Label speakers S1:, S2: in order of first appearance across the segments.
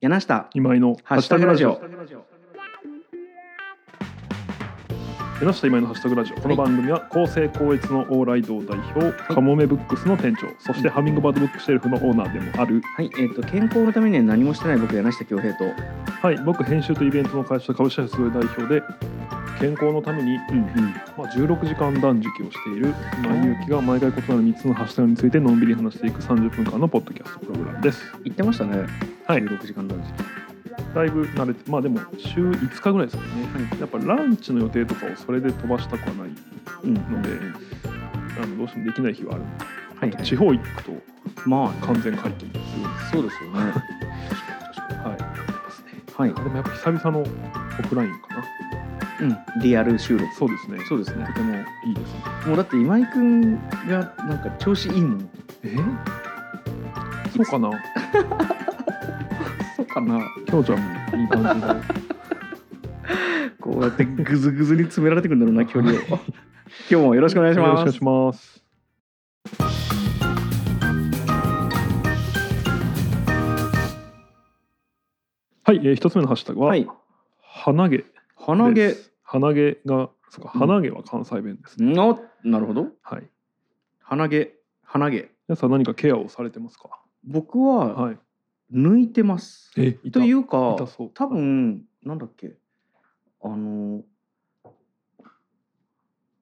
S1: 柳下
S2: 今井の
S1: ハッシュタグラジオ。
S2: 柳下今井のハッシュタグラジオ。この番組は公正高越の往来堂代表、カモメブックスの店長、そしてハミングバードブックシェルフのオーナーでもある。
S1: はい、えっ、と健康のためには何もしてない僕柳下恭平と、
S2: はい、僕編集とイベントの会社株式会社それ代表で。健康のために、まあ、16時間断食をしている今井勇気が毎回異なる3つのハッシュタグについてのんびり話していく30分間のポッドキャストプログラムです。
S1: 言ってましたね。
S2: はい
S1: 16時間断食。
S2: だいぶ慣れてまあでも週5日ぐらいですかね、やっぱランチの予定とかをそれで飛ばしたくはない
S1: うん
S2: ので、あのどうしてもできない日はある、
S1: はい、は
S2: あと
S1: い
S2: 地方行くと
S1: まあ
S2: 完全解禁です、
S1: そうですよね。
S2: はい
S1: はい。
S2: でもやっぱ久々のオフラインかな
S1: うん。リアル収録。
S2: そうですね
S1: そうですね
S2: と。てもいいですね
S1: もうだって今井くんがなんか調子いいもん。
S2: えそうかな
S1: そうかな。
S2: きょうちゃんもいい 感じで
S1: こうやってグズグズに詰められてくるんだろうな距離 を。今日もよろしくお願いし
S2: よろしくお
S1: ま
S2: 願い
S1: す
S2: し。ますはい、えー、一つ目のハッシュタグは、
S1: はい。
S2: 鼻毛
S1: 鼻
S2: で
S1: 毛。
S2: す鼻毛がそうか
S1: うん
S2: 鼻毛は関西弁ですね、
S1: のなるほど。
S2: はい
S1: 鼻毛鼻毛。
S2: 皆さん何かケアをされてますか
S1: 僕は
S2: はい
S1: 抜いてます。
S2: えい
S1: と
S2: た
S1: いうか
S2: 痛そう
S1: 多分なんだっけあの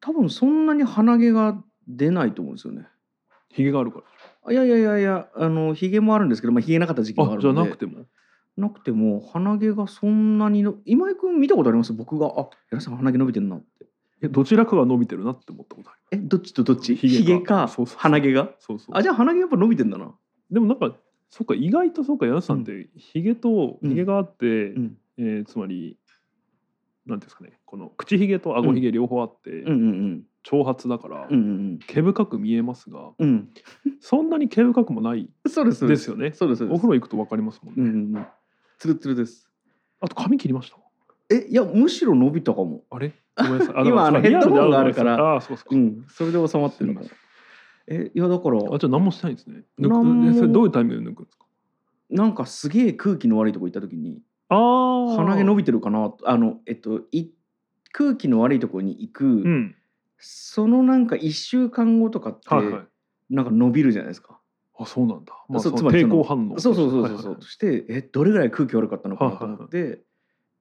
S1: 多分そんなに鼻毛が出ないと思うんですよね。
S2: ひげがあるか
S1: あいやいやいやいやあのひげもあるんですけど、まあ、ひげなかった時期
S2: ら
S1: もあ
S2: あ
S1: る
S2: じゃ
S1: ので
S2: なくても
S1: なくても鼻毛がそんなにの今井君見たことあります僕があ皆さん鼻毛伸びてるなって
S2: えどちらかが伸びてるなって思ったことある
S1: えどっちとどっち
S2: ひげか
S1: ひげか
S2: そうそうそう
S1: 鼻毛が
S2: そうそう
S1: あじゃあ鼻毛やっぱ伸びてんだな、
S2: でもなんかそうか意外とそうか柳さんってひげと
S1: うん
S2: ひげがあって、
S1: うん、
S2: えーつまりなんていうんですかねこの口ひげと顎ひげ両方あって、
S1: うんうん
S2: 長髪だから、
S1: うんうん
S2: 毛深く見えますが
S1: うんうん
S2: そんなに毛深くもない
S1: そうですそう
S2: で
S1: です
S2: よね
S1: そうですそうです
S2: お風呂行くと分かりますもん
S1: う
S2: ね、
S1: んうんうんつるつるです
S2: あと髪切りました
S1: えいやむしろ伸びたかも。
S2: あれごめんな さい。あ
S1: 今あの
S2: でも
S1: ヘッドホンがある
S2: リアルで
S1: か
S2: あそうっす
S1: う
S2: か。
S1: ん、それで収まってるのかな。えいやだから
S2: あじゃあ何もしてないんですね。抜
S1: 何も
S2: くえそれどういうタイミングで抜くんですか。
S1: なんかすげえ空気の悪いとこ行った時に
S2: ああ
S1: 鼻毛伸
S2: び。
S1: びてるかなあのえっとい空気の悪いところに行く、
S2: うん。
S1: そのなんか1週間後とかって、
S2: はいはい。
S1: なんか伸びるじゃないですか。
S2: あそうなんだ。まあ
S1: そう
S2: そ
S1: つ
S2: の
S1: まりそ
S2: 抵
S1: の
S2: 抗反応。
S1: そうそうそうそうそう、
S2: はいはい
S1: してえどれぐらい空気悪かったのかなと思って、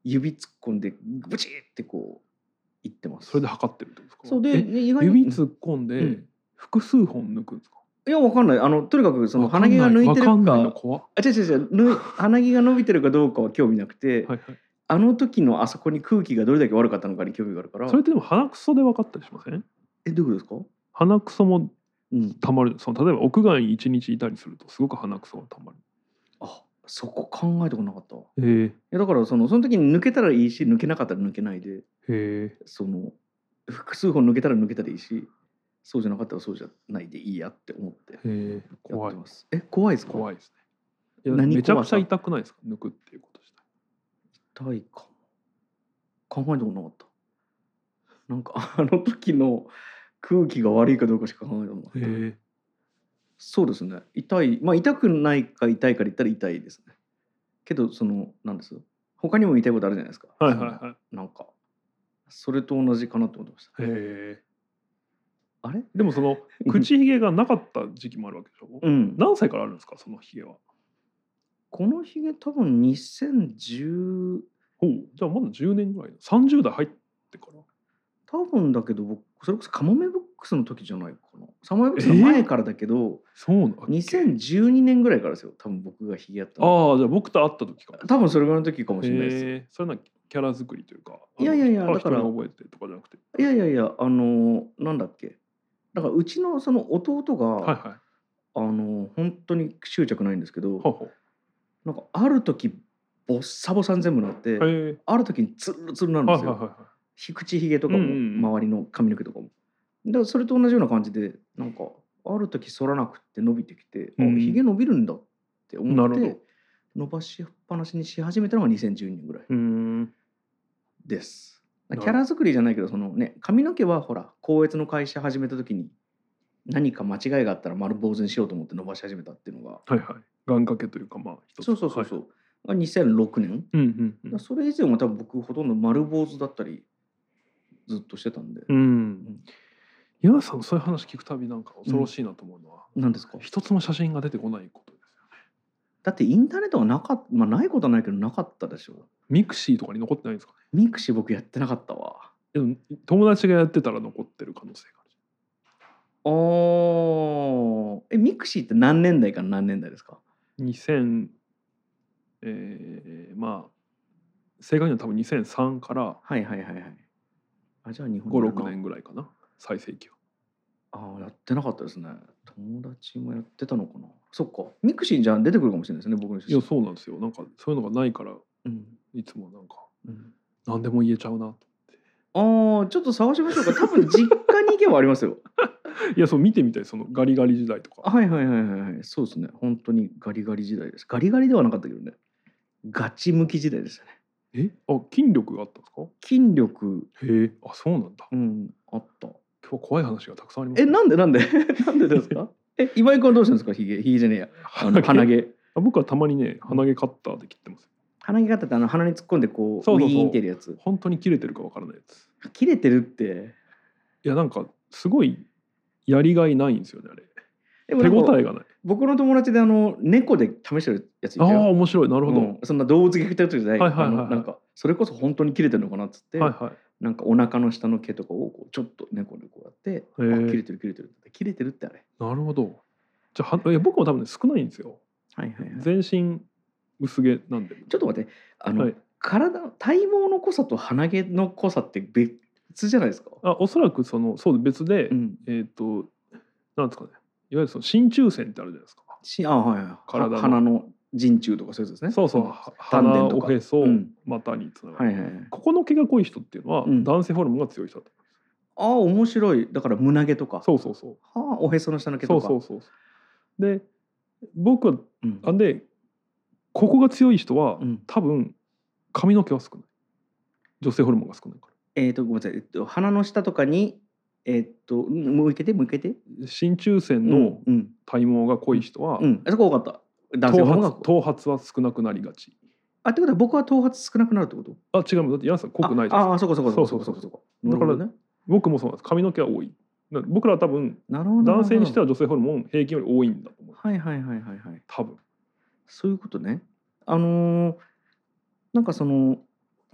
S1: 指突っ込んでブチってこう行ってます。
S2: それで測ってるってことですか。
S1: そうで
S2: え
S1: 意外に
S2: 指突っ込ん
S1: う
S2: で
S1: ん
S2: 複数本抜くんですか。
S1: いやわかんないあのとにかくその
S2: わか
S1: 鼻
S2: ん
S1: 毛
S2: な
S1: が抜いてる
S2: わかんないの
S1: か
S2: 怖っ。
S1: あ違う違う違うぬ鼻毛が伸びてるかどうかは興味なくて、
S2: はいはい。
S1: あの時のあそこに空気がどれだけ悪かったのかに興味があるから
S2: それってでも鼻くそで分かったりしません。
S1: えどういうこと
S2: 鼻くそも
S1: ですか、うん、
S2: たまる。その例えば屋外に一日いたりするとすごく鼻くそがたまる。
S1: あそこ考えたことなかったわい
S2: え
S1: やだからそのその時に抜けたらいいし抜けなかったら抜けないで
S2: ええ
S1: その複数本抜けたら抜けたらいいしそうじゃなかったらそうじゃないでいいやって思ってや
S2: えええ怖
S1: っ
S2: い
S1: て。ますえ怖いですか
S2: 怖いですね。いや
S1: 何
S2: めちゃく
S1: 怖
S2: ちゃ
S1: さ
S2: 痛くないですか抜くっていうこと自
S1: 痛
S2: 体。
S1: いかも考えたことなかったなんかあの時の空気が悪いかどうかしか考えたことなかった
S2: え
S1: そうですね痛いまあ痛くないか痛いかで言ったら痛いですねけどそのなんです他にも痛いことあるじゃないですか
S2: はいはいはい。
S1: いなんかそれと同じかなと思ってました
S2: え
S1: あれ
S2: えで もその口ひげがなかった時期もあるわけでしょ。
S1: うん
S2: 何歳からあるんですかそのひげは。
S1: このひげ多分2010
S2: ほうじゃあまだ10年ぐらい。30代入ってから。
S1: 多分だけど僕それこそカモメブックスの時じゃないかなカモメブックスの前からだけど、
S2: そうなんだっけ
S1: 2012年ぐらいからですよ多分僕がひげやったの
S2: ああじゃあ僕と会った時かも。
S1: 多分それぐらいの時かもしれないです、
S2: ええそれなキャラ作りというか。
S1: いやいやいや
S2: あの
S1: だから
S2: 人が覚えてとかじゃなくて。
S1: いやいやいやあのなんだっけだからうちのその弟が、
S2: はいはい。は
S1: あの本当に執着ないんですけど、
S2: あは
S1: なんかある時ボッサボサに全部なって、
S2: あ。え
S1: ある時にツルツルな
S2: え
S1: るん
S2: は
S1: で
S2: い
S1: す
S2: はい
S1: よ、
S2: はいはい。
S1: ひ口ひげとかも、
S2: うんうんうん
S1: 周りの髪の毛とかもだからそれと同じような感じでなんかある時剃らなくって伸びてきて、
S2: うん
S1: あひげ伸びるんだって思
S2: な
S1: っ
S2: るほど
S1: て伸ばしっぱなしにし始めたのが2010年ぐらいう
S2: ーん。
S1: です
S2: な
S1: キ
S2: るほど
S1: ャラ作りじゃないけどそのね髪の毛はほら高越の会社始めた時に何か間違いがあったら丸坊主にしようと思って伸ばし始めたっていうのが
S2: はいはい。願掛けというかまあ一つ。
S1: そうそうそうそう、が2006年
S2: うんうんうん
S1: それ以前は多分僕ほとんど丸坊主だったりずっとしてたんで、
S2: うん岩瀬さんのそういう話聞くたびなんか恐ろしいなと思うのは、
S1: なんですか
S2: 一つも写真が出てこないことですよ
S1: だってインターネットはなかっまあないことはないけどなかったでしょ
S2: ミクシーとかに残ってないんですか
S1: ミクシー僕やってなかったわ
S2: ねでも友達がやってたら残ってる可能性がある
S1: あーえミクシーって何年代から何年代ですか
S2: 2000えー、まあ正確には多分2003から
S1: はいはいはいはいあじゃあ日本だな
S2: 56年ぐらいかな最盛期は
S1: ああやってなかったですね友達もやってたのかなそっかミクシーじゃあ出てくるかもしれないですね僕の写
S2: いや
S1: 真
S2: そうなんですよなんかそういうのがないから
S1: うん
S2: いつもなんか
S1: うん
S2: 何でも言えちゃうなと
S1: ああちょっと探しましょうか多分実家に行けばありますよ
S2: いやそう見てみたいそのガリガリ時代とか
S1: はいはいはいはいはいそうですね本当にガリガリ時代ですガリガリではなかったけどねガチ向き時代でしたね
S2: えあ筋力があったんですか
S1: 筋力
S2: へえあそうなんだ
S1: うんあった
S2: 今日は怖い話がたくさんあります
S1: え
S2: ね
S1: なんでなんで なんでですか え今井君はどうしてるんですかひげひげじゃねえやあの鼻
S2: 毛
S1: 毛
S2: あ 僕はたまにね鼻毛カッターで切ってます
S1: 鼻毛型ってあの鼻に突っ込んでこう
S2: そうそう
S1: ウ
S2: そう
S1: ィーンってやるやつ
S2: 本当に切れてるかわからないやつ
S1: 切れてるって
S2: いやなんかすごいやりがいないんですよねあれ
S1: 手
S2: 手応えがない
S1: 僕の友達であの猫で試してるやつい
S2: あ
S1: た
S2: あー
S1: よ、
S2: 面白いなるほど、
S1: うんそんな動物劇ってる時じゃない,、
S2: はいはいはいはい
S1: あのなんかそれこそ本当に切れてるのかなっつって、
S2: はいはい
S1: なんかお腹の下の毛とかをこうちょっと猫でこうやって、
S2: ー
S1: あ切れてる切れてるって切れてるってあれ
S2: なるほどじゃあはえ僕も多分ね少ないんですよ
S1: はいはいはい
S2: 全身薄毛なんで
S1: ちょっと待ってあの、
S2: はい
S1: 体の体毛の濃さと鼻毛の濃さって別じゃないですか
S2: あおそらくそのそう別で、
S1: うん
S2: えっ、となんですかねいわゆるその真鍮線ってあるじゃないですか
S1: しあはいはい
S2: 体の
S1: は鼻の陣中とかそういうやつですね
S2: そうそう、
S1: ん
S2: は
S1: 丹田
S2: 鼻
S1: とか
S2: おへそ、
S1: うん
S2: 股につなが
S1: は
S2: る、
S1: いはいはい
S2: ここの毛が濃い人っていうのは、
S1: うん
S2: 男性ホルモンが強い人だと
S1: ああ面白いだから胸毛とか
S2: そうそうそう
S1: はあおへその下の毛
S2: そ
S1: と
S2: う
S1: か
S2: そうそうで僕は
S1: うん
S2: あでここが強い人は、
S1: うん
S2: 多分髪の毛は少ない女性ホルモンが少ないか
S1: えっ、とごめんなさい、えっと、鼻の下とかにえっとん向けて向けて
S2: ら真鍮線の
S1: うん
S2: 体毛が濃い人は、
S1: うんあそこ多かった男性の
S2: 頭
S1: 方
S2: 髪
S1: が
S2: 頭髪は少なくなりがち
S1: あってことは僕は頭髪少なくなるってこと
S2: あ違うだってヤンさん濃くないじゃ
S1: あ
S2: ないですか
S1: ああそうかそうかそうか
S2: そう
S1: そ
S2: そうう
S1: かそううか
S2: そだから
S1: なるほどね
S2: 僕もそうなんです髪の毛は多いだから僕らは多分
S1: なるほど
S2: 男性にして
S1: は
S2: は女性ホルモン平均より多いんだと思う
S1: はいはいはいはいはい
S2: 多分
S1: そういうことね。あのーなんかその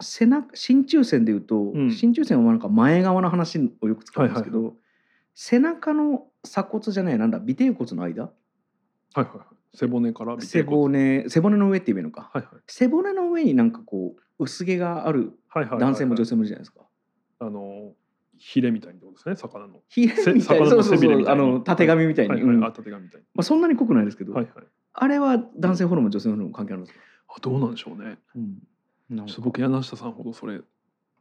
S1: 背中真鍮線でいうと、
S2: ん
S1: 真鍮線はなんか前側の話をよく使うんですけど、
S2: は
S1: 背中の鎖骨じゃないなんだ尾てい骨の間
S2: はいはいはい背骨から尾てい
S1: 背
S2: 骨
S1: 骨背骨の上って言えばいいのか、
S2: はいはい
S1: 背骨の上になんかこう薄毛がある
S2: はいはいはいはい
S1: 男性も女性もいるじゃないですか。
S2: あのヒレみたいなことですね魚の
S1: ひれみたい
S2: 魚
S1: な
S2: の
S1: そうそう
S2: 背びれ
S1: そ
S2: み
S1: う
S2: たい
S1: あ
S2: に
S1: の縦紙みたいに、
S2: は
S1: うん
S2: いはい、
S1: ま
S2: あ縦がみたい
S1: あ、そんなに濃くないですけど、
S2: なはいはい
S1: あれは男性ホルモン女性ホルモン関係あるんですか、
S2: あどうなんでしょうね
S1: うんなん
S2: ち
S1: か
S2: ょっと僕柳下さんほどそれ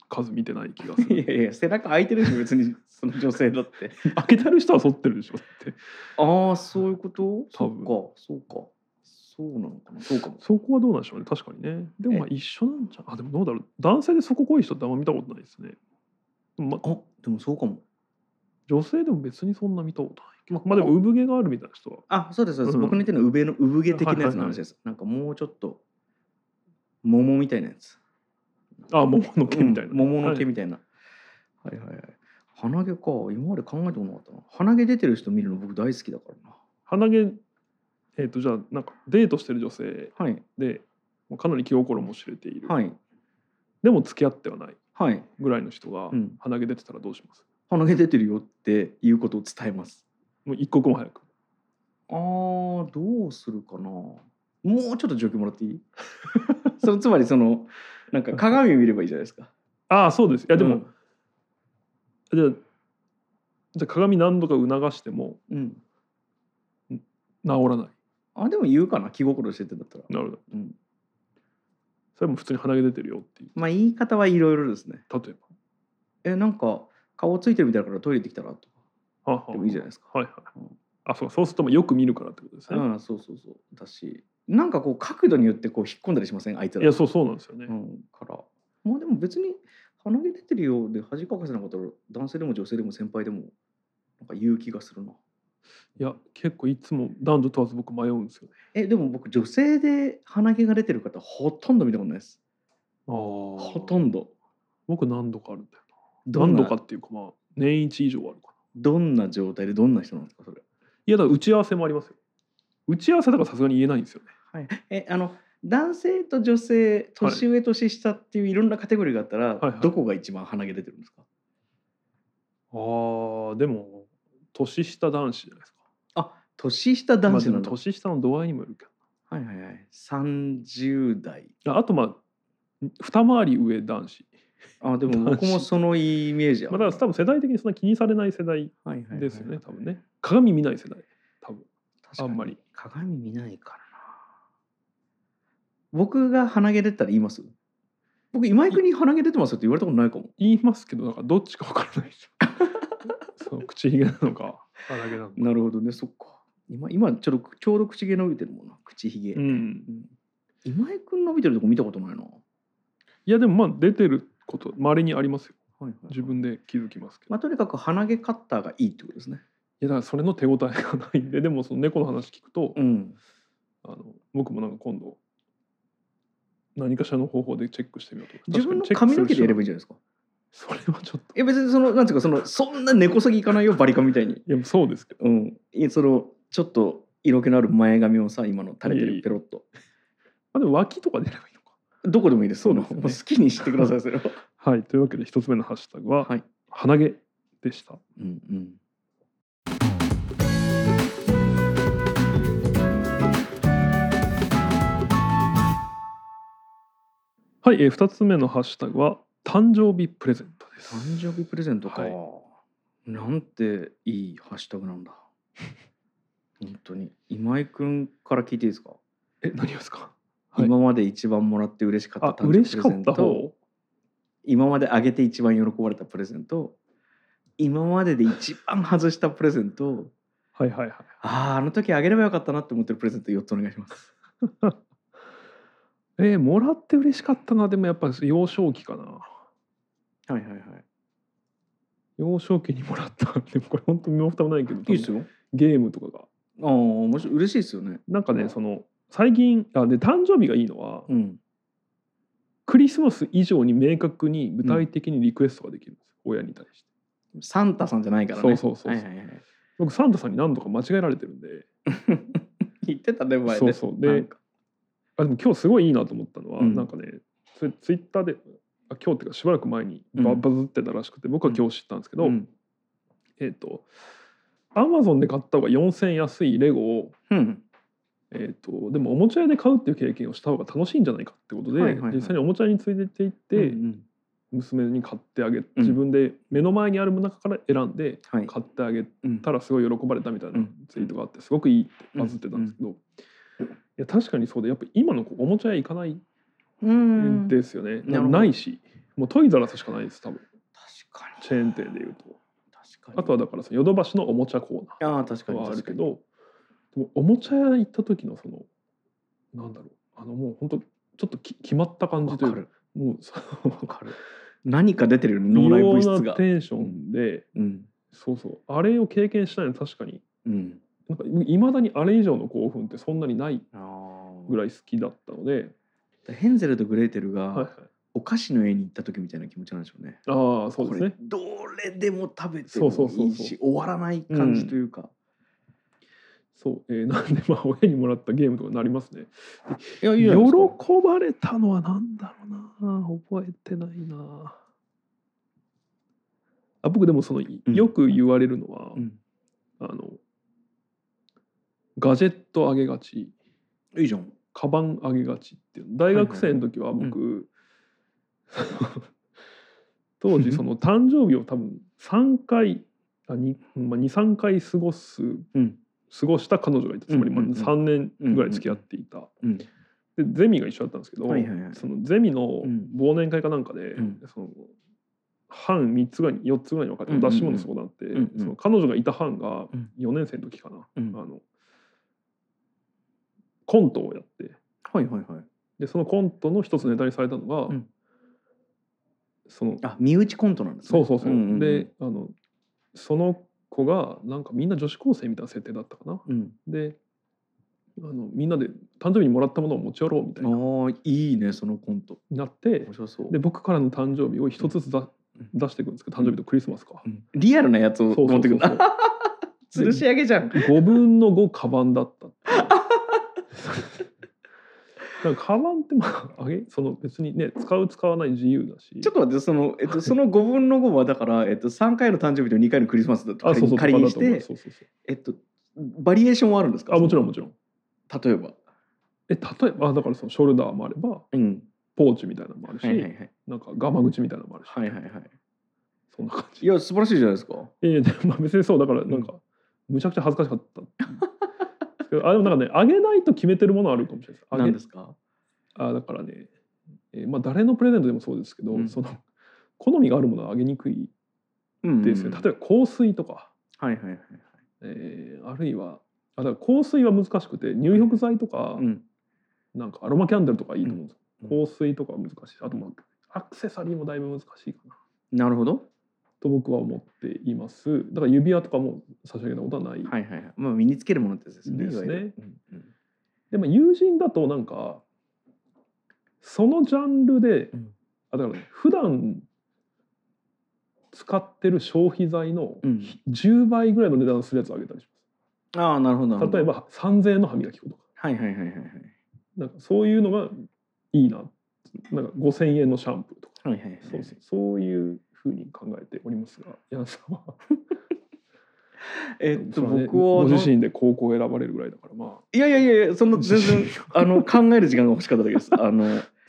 S2: 数見てない気がす
S1: いや
S2: る
S1: いや背中開いてるし別に その女性だって
S2: 開けてる人は剃ってるでしょだって
S1: ああそういうことそ
S2: 多
S1: っ
S2: 分
S1: かそうかそうなのかなそうかも
S2: そこはどうなんでしょうね確かにねでもまあ一緒なんじゃあでもどうだろう男性でそこ濃い人ってあんま見たことないですねでもまあ
S1: あでもそうかも
S2: 女性でも別にそんな見たことないまあでも産毛があるみたいな人は
S1: あそうですそうです、
S2: うん
S1: 僕の言ってるのは産毛の産毛的なやつの
S2: はいはいはい
S1: 話です、なんかもうちょっと桃みたいなやつ
S2: あ桃の毛みたいな、
S1: うん桃の毛
S2: はい
S1: みたいな、はい、はいはい鼻毛か今まで考えたことなかったな鼻毛出てる人見るの僕大好きだからな
S2: 鼻毛えっ、とじゃあなんかデートしてる女性
S1: はい
S2: でまあかなり気心も知れている、
S1: はい
S2: でも付き合ってはない
S1: はい
S2: ぐらいの人が
S1: うん
S2: 鼻毛出てたらどうします、
S1: 鼻毛出てるよっていうことを伝えます
S2: もう一刻も早く
S1: あーどうするかなもうちょっと状況もらってい いそのつまりそのなんか鏡見れば いいじゃないですか。
S2: ああそうですいやでも、
S1: うん
S2: じゃあじゃあ鏡何度か促しても
S1: うん、
S2: 治らない
S1: あでも言うかな気心しててんだったら、
S2: なるほど
S1: うん、
S2: それも普通に鼻毛出てるよっていう
S1: まあ言い方はいろいろですね
S2: 例え
S1: えなんか顔ついてるみたいだからトイレ行ってきたらとか
S2: ばはあはあ
S1: でもいいじゃないですか、
S2: はいはい
S1: うん
S2: あそうかそうするともうよく見るからってことですね、
S1: うん、そうそうそうだしなんかこう角度によってこう引っ込んだりしませんあいつら
S2: いやそうそうなんですよね、
S1: うん、からまあでも別に鼻毛出てるようで恥かかせなかったら男性でも女性でも先輩でもなんか言う気がするな
S2: いや結構いつも男女問わず僕迷うんですよね
S1: えでも僕女性で鼻毛が出てる方ほとんど見たことないです
S2: あ
S1: ほ
S2: ほ
S1: とんど
S2: 僕何度かあるんだよ
S1: ど
S2: なん何度
S1: な
S2: かっていうかまあ年一以上はあるかな
S1: どんな状態でどんな人なんですかそれ
S2: いやだから打ち合わせもありますよ打ち合わせだからさすがに言えないんですよね
S1: はい、えあの男性と女性
S2: はい
S1: 年上年下っていういろんなカテゴリーがあったら、
S2: はいはい
S1: どこが一番鼻毛出てるんですか
S2: あーでも年下男子じゃないですか
S1: あ年下男子
S2: ま
S1: な
S2: あ
S1: ん
S2: で
S1: だ、
S2: も年下の度合いにもよるけ
S1: はいはいはい30代
S2: どああとまあ二回り上男子、
S1: あでも僕もそのイメージあ
S2: まあ、
S1: る
S2: だから多分世代的にそんな気にされない世代
S1: はいはいはい
S2: ですよね多分ね鏡見ない世代多分
S1: 確かに
S2: あんまり
S1: 鏡見ないからな僕が鼻毛出たら言います僕今井君に鼻毛出てますよって言われたことないかも
S2: 言いますけどなんかどっちか分からな いですよそう口ひげなのか鼻毛なのか
S1: なるほどねそっか今今ちょっとちょうど口毛伸びてるもんな口ひげ、
S2: うん
S1: うん今井君伸びてるとこ見たことないな、
S2: いやでもまあ出てることまれにありますよ
S1: はいはいはい
S2: 自分で気づきますけど、
S1: まあ、とにかく鼻毛カッターがいいってことですね。
S2: いやだからそれの手応えがないんででもその猫の話聞くと、
S1: ん。
S2: あの僕もなんか今度何かしらの方法でチェックしてみようと
S1: 自分の髪の毛でやればいいん
S2: じ
S1: じゃないですか。
S2: ゃんそれはちょっと
S1: いや別にそのなんていうかそのそんな根こそぎいかないよバリカンみたいに。
S2: いやそうですけど
S1: うん。いやそのちょっと色気のある前髪をさ今の垂れて
S2: いえい
S1: る
S2: え
S1: ペロッと
S2: まあでも脇とかでやればいいのか
S1: どこでもいいです。
S2: そう
S1: そ
S2: で
S1: の
S2: すよね
S1: もう好きにしてくださいそれは。
S2: はいというわけで一つ目のハッシュタグは「
S1: はい
S2: 鼻毛」でし た
S1: うんうん。
S2: はい、えー、2つ目のハッシュタグは誕生日プレゼントです。
S1: 誕生日プレゼントか。
S2: はい
S1: なんていいハッシュタグ なんだ。本当に今井君から聞いていいですか。
S2: え、何ですか。はい
S1: 今まで一番もらって嬉しか
S2: あ、
S1: った誕生
S2: 嬉
S1: 日
S2: し
S1: プレ
S2: か
S1: ゼ
S2: っ
S1: ン
S2: た
S1: ト。
S2: 方。
S1: 今まであげて一番喜ばれたプレゼント今までで一番外したプレゼント
S2: はいはいはい。
S1: あああの時あげればよかったなって思ってるプレゼント4つお願いします
S2: えーもらって嬉しかったな。でもやっぱ幼少期かな。
S1: はいはいはい
S2: 幼少期にもらった。 でもこれ本当に身も蓋もないけど。
S1: いいですよ
S2: ゲームとかが。
S1: ああ面白い嬉しいですよね
S2: なんかね、その最近あで誕生日がいいのは、
S1: うん
S2: クリスマス以上に明確に具体的にリクエストができるんですよ。親に対して。
S1: サンタさんじゃないからね
S2: そうそうそうそう
S1: はいはいはい、
S2: 僕サンタさんに何度か間違えられてるんで。
S1: 言ってたね前ね
S2: そうそうで
S1: なんか
S2: あでも今日すごいいいなと思ったのは、
S1: うん
S2: なんかねそれツイッターであ今日っていうかしばらく前にバ,、
S1: うん
S2: バズってたらしくて僕は今日知ったんですけど、
S1: うん
S2: えっ、とアマゾンで買った方が4,000円安いレゴを、
S1: うん
S2: えー、とでもおもちゃ屋で買うっていう経験をした方が楽しいんじゃないかってことで、
S1: はいはいはい
S2: 実際におもちゃ屋に連れて行って、
S1: うんうん
S2: 娘に買ってあげ自分で目の前にある中から選んで
S1: はい
S2: 買ってあげ
S1: うん
S2: たらすごい喜ばれたみたいな
S1: うん
S2: ツイートがあってすごくいいってバズってたんですけど、いや確かにそうでやっぱ今の子おもちゃ屋行かないう
S1: ーん確
S2: ですよね。
S1: なるほど
S2: ないし、もうトイザらスしかないです、多分
S1: かに
S2: チェーン店でいうと。
S1: 確かに
S2: あとはだからそのヨドバシのおもちゃコー
S1: ああ確か
S2: ナー
S1: に
S2: はある
S1: 確か
S2: け
S1: に
S2: ど、でもおもちゃ屋行った時のそのなんだろう、あのもう本当ちょっとき決まった感じ
S1: わ
S2: と
S1: か
S2: いう
S1: る
S2: もうそ
S1: わ
S2: の
S1: かる何か出てるよね脳内物
S2: 異
S1: 質が
S2: 様なテンションで、
S1: うん
S2: そうそうあれを経験しないの確かに。
S1: うん
S2: なんかいまだにあれ以上の興奮ってそんなにない
S1: あー
S2: ぐらい好きだったので、
S1: ヘンゼルとグレーテル
S2: はいはい
S1: が、お菓子の家に行った時みたいな気持ちなんでしょうね。
S2: ああそうですね
S1: これどれでも食べて
S2: そう
S1: も
S2: そうそ
S1: いうい
S2: そう
S1: し終わらない感じというか。
S2: そう、えーなんでまあ親にもらったゲームとかになりますね。
S1: いやいい
S2: 喜
S1: じゃないですか
S2: ばれたのはなんだろうな覚えてないなあ僕でもそのい
S1: うん
S2: よく言われるのは、
S1: うん
S2: あのガジェットあげがち
S1: いいじゃん。
S2: カバンあげがちっていう大学生の時は僕、 当時その誕生日を多分3回あにまあ、23回過ごす
S1: うん
S2: 過ごした彼女がいたつまりまあ
S1: うんうんうん
S2: 3年ぐらい付き合っていた。
S1: うん
S2: でゼミが一緒だったんですけど、
S1: はいはいはい
S2: そのゼミの
S1: うん
S2: 忘年会かなんかで、
S1: ん
S2: その班3つぐらいに4つぐらいに分か
S1: うんうん
S2: って
S1: うん
S2: 出し物相談って、
S1: んうん
S2: その彼女がいた班が
S1: うん
S2: 4年生の時かな、
S1: うん
S2: あのコントをやって
S1: はいはいはい。
S2: でそのコントの一つネタにされたのが、
S1: うん
S2: その
S1: あ身内コントなんです、
S2: そ
S1: ね。
S2: うそうそう、
S1: んんん
S2: で、あのその子がなんかみんな女子高生みたいな設定だったかな
S1: うん、
S2: であのみんなで誕生日にもらったものを持ち寄ろうみたいな
S1: ああいいねそのコント
S2: なって
S1: 面白そう
S2: で僕からの誕生日を一つずつだ
S1: うん
S2: 出していくんですけど誕生日とクリスマスか
S1: う。んリアルなやつを
S2: そうそ
S1: 持
S2: う
S1: って
S2: そ
S1: くる
S2: うそ
S1: あ
S2: う
S1: 吊るし上げじゃん
S2: 5分の5カバンだった っていうなんかカバンってまああげその別にね使う使わない自由だし
S1: ちょっと待ってその、えっと、その5分の5はだから、えっと、3回の誕生日と2回のクリスマスだと
S2: あ
S1: 仮
S2: そうそ
S1: に
S2: う
S1: 仮にし
S2: とかだと
S1: て、
S2: 思うそうそうそう
S1: えっと、バリエーションはあるんですか
S2: あもちろんもちろん
S1: ろん例えば
S2: え例えばあだからそのショルダーもあれば
S1: うん
S2: ポーチみたいなのもあるし、
S1: はいはいはい
S2: なんかガマ口みたいなのもあるし、
S1: はいはいはい
S2: そんな感じ
S1: いや素晴らしいじゃないですか
S2: いやいやでもまあ別にそうだからなんか、むちゃくちゃ恥ずかしかったんですけどあでもなんかねあげないと決めてるものあるかもしれないですあげ
S1: 何ですか
S2: あだからね、えーまあ誰のプレゼントでもそうですけど、
S1: うん
S2: その好みがあるものはあげにくい
S1: うん
S2: ですよね、例えば香水とか、
S1: はいはいはい
S2: えーあるいはあだから香水は難しくて入浴剤とか、
S1: はいうん
S2: なんかアロマキャンドルとかいいと思うんですよ、
S1: うん
S2: 香水とかは難しいしあとまあアクセサリーもだいぶ難しいかな
S1: なるほど
S2: と僕は思っていますだから指輪とかも差し上げたことはない、
S1: はいはいはいまあ身につけるものってやつですね
S2: ですね
S1: いわゆるうんうん
S2: でも友人だとなんかそのジャンルで、
S1: うん
S2: あだからね普段使ってる消費財の
S1: うん
S2: 10倍ぐらいの値段するやつをあげたりし
S1: ああなるほどな
S2: ま
S1: るほ
S2: す、
S1: ど
S2: 例えば3000円の歯磨き粉とか
S1: はいはいはいはいはい
S2: なんかそういうのがいいななんか5000円のシャンプーとか
S1: はいはいはい
S2: そうそうそういうふうに考えておりますが柳さんは
S1: えっと
S2: それはね
S1: 僕は
S2: ご
S1: ない
S2: 自身で高校を選ばれるぐらいだからまあ
S1: いやいやいやいや そんな全然あの考える時間が欲しかっただけですあの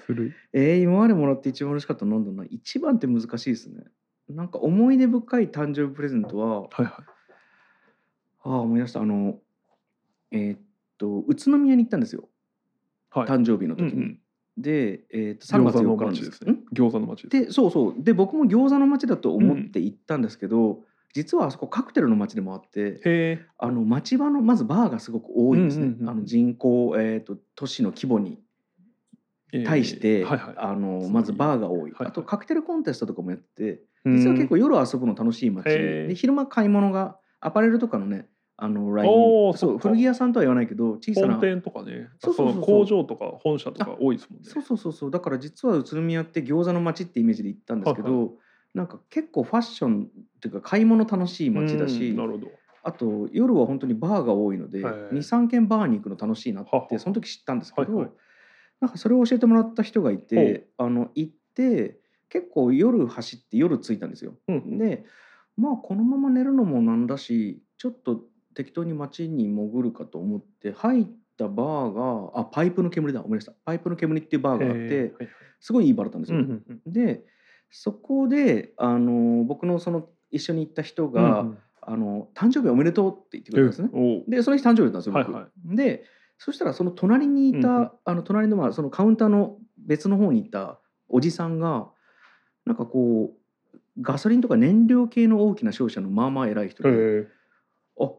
S2: する
S1: えー、今までもらって一番嬉しかったのなんだろうな一番って難しいですねなんか思い出深い誕生日プレゼントは
S2: はいは
S1: ああ思い出したあのえーっと宇都宮に行ったんですよ
S2: いはい
S1: 誕生日の時に、
S2: うんうん
S1: で、えーっと3
S2: 餃
S1: 月
S2: 子
S1: 4
S2: の
S1: 日なん
S2: 街
S1: で
S2: ですす
S1: けど
S2: ね
S1: ん
S2: 餃子の街です
S1: でそうそうで僕も餃子の街だと思って行ったんですけど、実はあそこカクテルの街でもあって
S2: へえ
S1: あの町場のまずバーがすごく多いんですね、
S2: うんうんうん
S1: あの人口、えーっと都市の規模に対して、
S2: えーはいはい
S1: あの
S2: そう
S1: まずバーが多い、
S2: はいはい
S1: あとカクテルコンテストとかもやってて実は結構夜遊ぶの楽しい街
S2: へー
S1: で昼間買い物がアパレルとかのねあのライ
S2: お
S1: ン
S2: ー
S1: そ
S2: そっ
S1: う
S2: か
S1: 古着屋さんとは言わないけど小さな
S2: 本店とかね
S1: そうそうそうそう
S2: の工場とか本社とか多いですもんね
S1: そうそうそうそうだから実は宇都宮って餃子の街ってイメージで行ったんですけど、
S2: はい
S1: なんか結構ファッションっていうか買い物楽しい街だし
S2: うんなるほど
S1: あと夜は本当にバーが多いので
S2: はいはい
S1: 23軒バーに行くの楽しいなっ
S2: はは
S1: てその時知ったんですけど、
S2: はいはい
S1: なんかそれを教えてもらった人がいてあの行って結構夜走って夜着いたんですよ。
S2: うん
S1: でまあこのまま寝るのもなんだしちょっと適当に街に潜るかと思って入ったバーがあパイプの煙だ思い出したパイプの煙っていうバーがあっ
S2: へ
S1: て
S2: ーはい
S1: すごいいいバーだったんです
S2: うん
S1: よ。
S2: うんうん
S1: でそこであの僕のその一緒に行った人が、
S2: うんうん
S1: あの「誕生日おめでとう」って言ってくれたんですね。
S2: おう
S1: でその日誕生日だったんですよ僕。
S2: はいは
S1: でそしたらその隣にいた、
S2: うんうん
S1: あの隣のまあそのカウンターの別の方にいたおじさんがなんかこうガソリンとか燃料系の大きな商社のまあまあ偉い人
S2: へ
S1: で
S2: え
S1: 「あ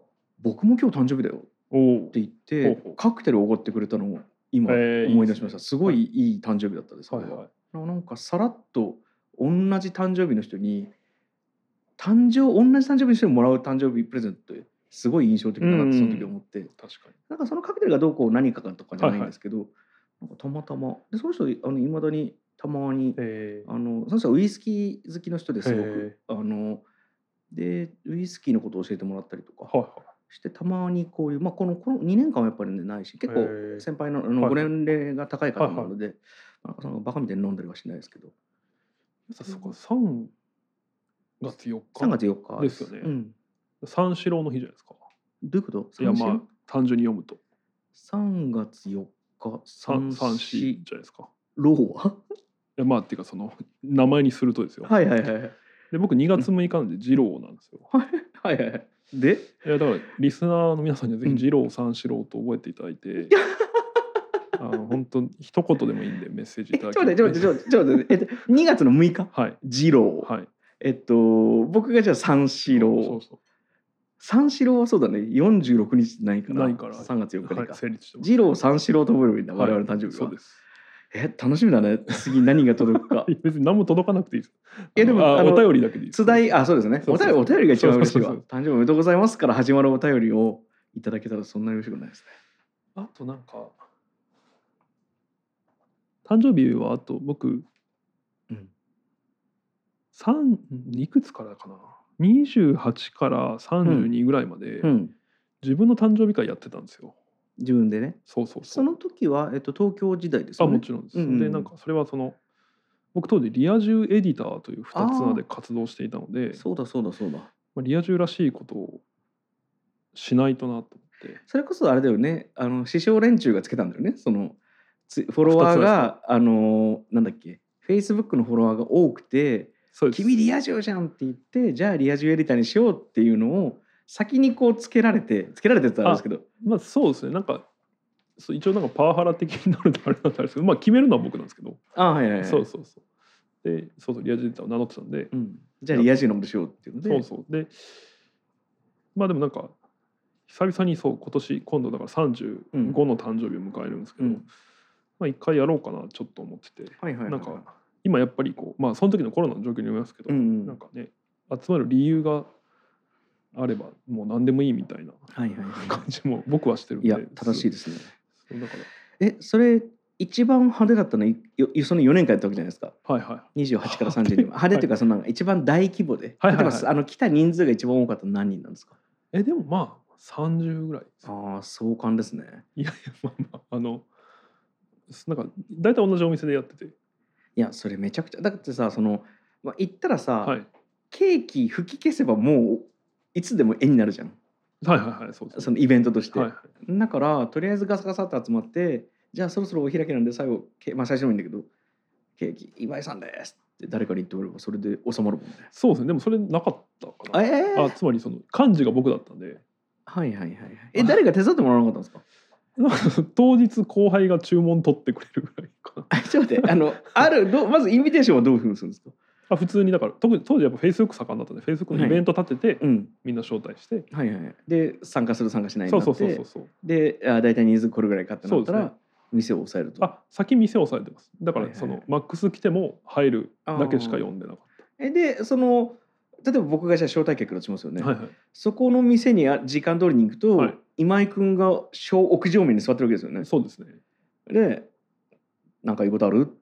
S1: 僕も今日誕生日だよ」っ
S2: おう
S1: て言っ
S2: ほ
S1: て
S2: うほう
S1: カクテルをおごってくれたのを今
S2: へえ
S1: 思い出しました、
S2: いいですね
S1: すごいいい誕生日だったです、
S2: はい
S1: これは
S2: はい
S1: なんかさらっと同じ誕生日の人に誕生同じ誕生日の人にもらう誕生日プレゼントってすごい印象的だなってその時思って、
S2: 確かに
S1: なんかそのカクテルがどうこう何かとかじゃない
S2: はいは
S1: ん
S2: い
S1: ですけど、なんかたまたまでその人あの未だにたまに、
S2: え
S1: あのその人はウイスキー好きの人ですご
S2: へ
S1: く、あのでウイスキーのことを教えてもらったりとか
S2: はいは
S1: してたまにこういう、まあ、このこの2年間はやっぱり、ね、ないし結
S2: へ
S1: 構
S2: え
S1: 先輩のあ
S2: は
S1: の
S2: い
S1: ご年齢が高い方なので、なんかそのバカみたいに飲んだりはしないですけど
S2: いさそっか3月4日
S1: 3月4日
S2: ですよね
S1: うん、
S2: 三四郎の日じゃないですか
S1: どういうこと
S2: いや
S1: 三
S2: まあ単純に読むと
S1: 4 3月4日三
S2: 三三四じ
S1: 四
S2: ゃないですかい
S1: ローは
S2: やまあっていうかその名前にするとですよ
S1: はいはいはいはい
S2: で僕2月6日なんで二郎なんですよ
S1: はいはいはいで
S2: いやだからリスナーの皆さんにはぜひ二郎三四郎と覚えていただい て、あの本当一言でもいいんでメッセージい
S1: えち
S2: た
S1: ょっ
S2: だ
S1: と
S2: け
S1: 待って、ちょっと待って、ちょっと待って、えっと、2月の6日、
S2: はい
S1: 次郎、
S2: はい
S1: えっと、僕がじゃあ三四
S2: そ
S1: 郎
S2: う。そ
S1: 三四郎はそうだね、46日ないから、
S2: ないから
S1: 3月4
S2: う
S1: 日で
S2: はい
S1: か。
S2: 成立してます
S1: 次郎三四郎と覚えればいいんだ、
S2: はい
S1: 我々の誕生日は。
S2: そうです
S1: え楽しみだね次何が届くか
S2: いや別に何も届かなくていいです。
S1: いやでも
S2: あ
S1: あの
S2: お便りだけでいいです。
S1: つだいあそうですね
S2: そうそうそう
S1: お便りお便りが一番嬉しいわ
S2: そうそう
S1: 誕生日おめでとうございますから始まるお便りをいただけたらそんなに嬉しくないですね
S2: あとなんか誕生日はあと僕、
S1: うん
S2: 三いくつからかな28から32ぐらいまで
S1: うん
S2: 自分の誕生日会やってたんですよ。
S1: 自分でね
S2: そうそうそ。
S1: そうの時は、えっと、東京時代です
S2: あ
S1: よね
S2: もちろんです。
S1: うんうん
S2: でなんかそれはその僕当時リア充エディターという2つ名で活動していたので
S1: そうだそうだそうだ
S2: まあ、リア充らしいことをしないとなと思って。
S1: それこそあれだよねあの師匠連中がつけたんだよねそのつフォロワーがあのなんだっけフェイスブックのフォロワーが多くて
S2: そう
S1: 「
S2: です
S1: 君リア充じゃん」って言ってじゃあリア充エディターにしようっていうのを先にこうつけられてつけられてたんですけど
S2: まあそうですねなんかそう一応なんかパワハラ的になるとあれなんですけどまあ決めるのは僕なんですけど、
S1: あはいはいはい
S2: そうそうそうでそうそうリア充エディターを名乗ってたんで、
S1: うん、じゃあリア充のものしようっていうので
S2: そうそうでまあでもなんか久々にそう今年今度だから35
S1: うん
S2: の誕生日を迎えるんですけど、
S1: うん
S2: まあ一回やろうかなちょっと思ってて、
S1: はいはいはい
S2: なんか今やっぱりこうまあその時のコロナの状況によりますけど、
S1: うんうん
S2: なんかね集まる理由があればもう何でもいいみたいな
S1: はいはいは
S2: 感じも僕はしてるん
S1: い
S2: で
S1: いや正しいですすね
S2: そうだか
S1: えそれ一番派手だったのいよその4年間やったわけじゃないですから
S2: はいはい
S1: 28から32派手というかその一番大規模で、
S2: はいはいはい
S1: 例えばあの来た人数が一番多かったの何人なんですか
S2: えでもまあ30ぐらいです
S1: ああ壮観ですね
S2: いやいや まあまああのなんか大体同じお店でやってて
S1: いやそれめちゃくちゃだってさその、まあ、言ったらさ、
S2: はい
S1: ケーキ吹き消せばもういつでも絵になるじゃん
S2: はいはいはいそうです
S1: そのイベントとして、
S2: はいはい
S1: だからとりあえずガサガサって集まってじゃあそろそろお開きなんで最後、けまあ、最初でもいいんだけど「ケーキ岩井さんです」って誰かに言っておればそれで収まるもんね。
S2: そうですねでもそれなかったかな
S1: えー
S2: あつまりその漢字が僕だったんで
S1: はいはいはいはい。え誰が手伝ってもらわなかったんですか
S2: なんか 当日後輩が注文取ってくれるぐらいかな
S1: あちょっと待って、あ の、ある、どうまずインビテーションはどういうふうにするんですか。
S2: あ普通にだから特に当時やっぱフェイスブック盛んだったんでフェイスブックのイベント立てて、
S1: うん、
S2: みんな招待して、
S1: はいはいはい。で、参加する参加しないに
S2: そ
S1: な
S2: う
S1: って。
S2: そうそうそうそう
S1: で、あ、大体人数これぐらいかってなったら、
S2: そうです
S1: 店を抑えると。
S2: あ先店押さえてますだか
S1: は
S2: ら
S1: いはい
S2: その、マックス来ても入るだけしか読んでなかっ
S1: え、で、その、例えば僕がじゃあ招待客だとしますよ
S2: た、
S1: ね。
S2: はいはい、
S1: そこの店にあ時間通りに行くと、
S2: はい
S1: 今井君が小屋上面に座ってるわけですよね。
S2: そうですね
S1: で、なんか言うことあるって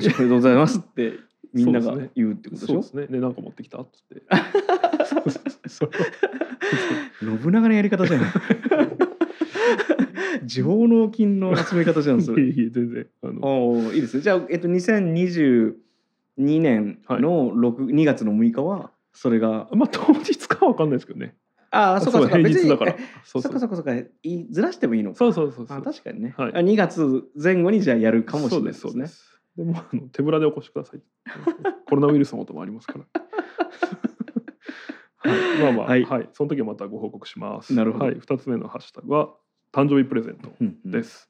S1: 言って、確かにありがとうござい ますって、みんな
S2: そうで
S1: が
S2: すね
S1: 言うってことでし
S2: そう
S1: ょ。
S2: ですねでなんか持ってきたっつって そう
S1: 信長のやり方 じゃん。上納金の集め方じゃん、それ。
S2: いえいえ全然あの
S1: おーいいですねじゃあ、えっと、2022年の6、2月の6日はそれが
S2: まあ当日かは分かんないですけどね
S1: ああそうかそうか
S2: 平日だから
S1: え
S2: そう
S1: そ
S2: そう
S1: うかそうかそうかいずらしてもいいのか
S2: そうそうそうそう
S1: あ確かにね、
S2: はい
S1: あ2月前後にじゃあやるかもしれないです
S2: そうで
S1: ね
S2: すそうですでもあの手ぶらでお越しください コロナウイルスのこともありますから、 はい、まあまあ
S1: は
S2: はいい、その時はまたご報告します
S1: なるほど
S2: はい、2つ目のハッシュタグは誕生日プレゼント
S1: うんうん
S2: です、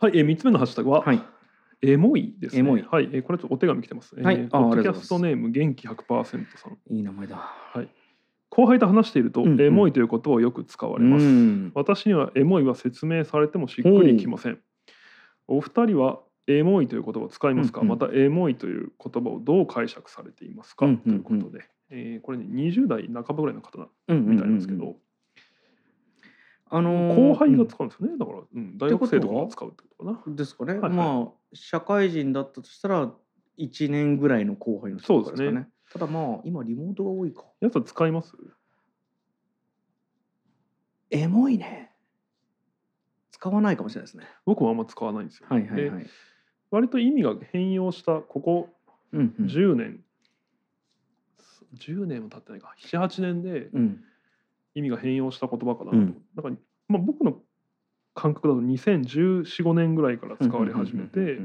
S2: はい、えー、3つ目のハッシュタグは、
S1: はい
S2: エモいですね。
S1: エモい
S2: はい、えーこれちょっとお手紙来てます。
S1: はい
S2: えー
S1: ああ
S2: ポッ
S1: り
S2: ド
S1: が
S2: キ
S1: とうございます
S2: ャストネーム元気100%さん。
S1: いい名前だ
S2: 後輩と話していると、
S1: うんうん
S2: エモいという言葉をよく使わ
S1: う
S2: れます。
S1: ん
S2: 私にはエモいは説明されてもしっくりきません。お二人はエモいという言葉を使いますか、
S1: うんうん
S2: またエモいという言葉をどう解釈されていますか、
S1: うんうんうん
S2: ということで、えーこれね20代半ばぐらいの方
S1: うんうん
S2: みたいなんですけど、
S1: うんうんあのー
S2: 後輩が
S1: うん
S2: 使うんですよねだから、うん、大学生とかが使うってことかな。
S1: ですかね、
S2: いはい
S1: まあ社会人だったとしたら1年ぐらいの後輩の人とかですか
S2: そう
S1: ね
S2: で
S1: ただまあ今リモートが多いか
S2: 皆さん使います
S1: エモいね使わないかもしれないですね
S2: 僕もあんま使わないんですよ。
S1: はいはい
S2: で
S1: はい。
S2: 割と意味が変容したここ
S1: うんうん
S2: 10年、10年も経ってないか78年で
S1: うん
S2: 意味が変容した言葉かなと、
S1: うん
S2: だから、まあ、僕の感覚だと201415年ぐらいから使われ始めて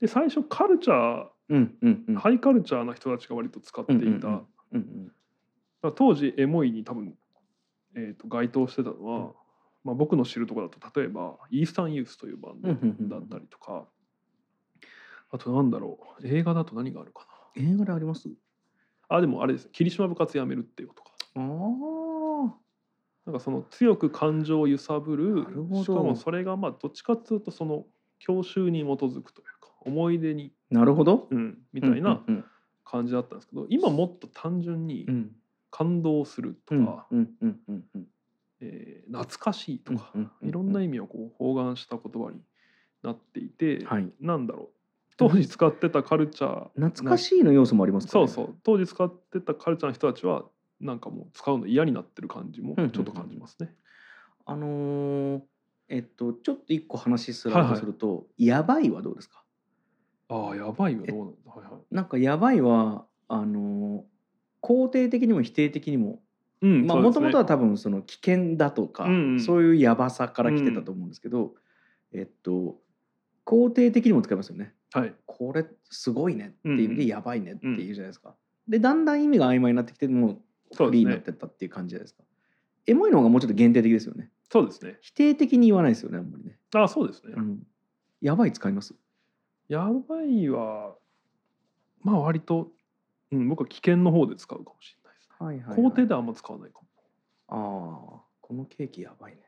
S2: で最初カルチャ
S1: うんうんうん
S2: ーハイカルチャーな人たちが割と使っていた、
S1: うんうんうん
S2: だか
S1: うんうん
S2: ら当時エモいに多分、えー、と該当してたのは、まあ、僕の知るところだと例えばイースタンユースというバン
S1: うんうんうん
S2: ドだったりとか、あとなんだろう映画だと何があるかな
S1: 映画であります
S2: あでもあれです霧島部活やめるっていうことかかその強く感情を揺さぶる
S1: なるほど
S2: しかもそれがまあどっちかっていうとその教習に基づくというか思い出に、
S1: なるほど。
S2: うん、みたいな
S1: うん
S2: 感じだったんですけど今もっと単純に
S1: うん
S2: 感動すると
S1: うん
S2: か、
S1: うんうんうんうん
S2: えー懐かしいとか、
S1: うんうんうん
S2: いろんな意味をこう包含した言葉になっていて、
S1: はい。
S2: なんだろう当時使ってたカルチャー
S1: 懐かしいの要素もありますか
S2: そ
S1: ね。
S2: うそう当時使ってたカルチャーの人たちはなんかもう使うの嫌になってる感じもちょっと感じますね。
S1: あのーえっとちょっと一個話す
S2: は
S1: ら
S2: いはい
S1: とすると、やばいはどうですか。
S2: ああやばいよどうなんだはいはい。
S1: なんかやばいはあのー肯定的にも否定的にも、
S2: うん
S1: まあもともとは多分その危険だとか、
S2: うんうん
S1: そういうやばさから来てたと思うんですけど、えっと肯定的にも使いますよね。
S2: はい
S1: これすごいねっていう意味でやばいねっていうじゃないですか。でだんだん意味が曖昧になってきてもう
S2: そう
S1: フ
S2: で
S1: リー
S2: す
S1: になっ
S2: ね
S1: てったっていう感じじゃないですか。エモいの方がもうちょっと限定的ですよね。
S2: そうですね
S1: 否定的に言わないですよねあんまりね。
S2: ああそうですね、
S1: うん、やばい使います。
S2: やばいはまあ割と、うん、僕は危険の方で使うかもしれないです、
S1: はいは
S2: 肯定ではあんま使わないか
S1: ああ
S2: も
S1: このケーキやばいね。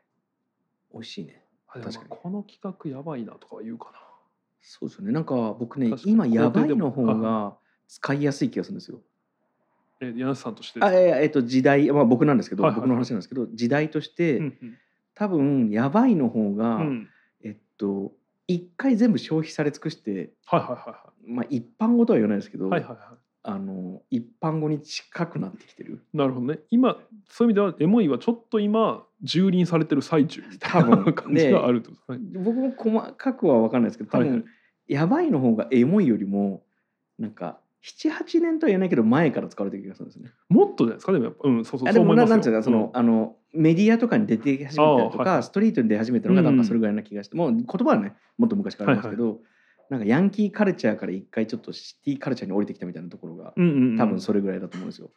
S1: 美味しいね。
S2: あでもまあ
S1: 確かに
S2: この企画やばいなとかは言うかな
S1: そうですよね。なんか僕ね
S2: 確かに
S1: 今やば
S2: 肯定で
S1: い
S2: も
S1: の方が使いやすい気がするんですよ。
S2: え柳瀬さんとして
S1: あええっと時代まあ僕なんですけど、
S2: はいはいはい
S1: 僕の話なんですけど時代として、
S2: うんうん
S1: 多分やばいの方が、
S2: うん
S1: えっと一回全部消費され尽くして。
S2: はいはいは
S1: まあ、一般語とは言わないですけど、
S2: いはいはいはいは
S1: あの一般語に近くなってきてる
S2: いなるほどね今そういう意味ではエモいはちょっと今蹂躙されてる最中みた
S1: 多
S2: いな
S1: 分
S2: 感じがあるってことですね
S1: 僕も細かくは分かんないですけど多分、
S2: はいはい
S1: やばいの方がエモいよりもなんか78年とは言えないけど前から使われてる気がするんですね。
S2: もっとじゃないですかでもやっぱうんそうそう
S1: あ
S2: そ
S1: で
S2: う思
S1: も
S2: い
S1: な
S2: ま
S1: な
S2: す
S1: んていうかその、あのメディアとかに出て始めたりと
S2: あー
S1: か、
S2: は
S1: ストリートに出始めたのが
S2: うん
S1: な
S2: う
S1: んんかそれぐらいな気がして、もう言葉はねもっと昔からありますけど、なんかヤンキーカルチャーから一回ちょっとシティカルチャーに降りてきたみたいなところが
S2: うんうんうんうん、
S1: 多分それぐらいだと思うんですよ。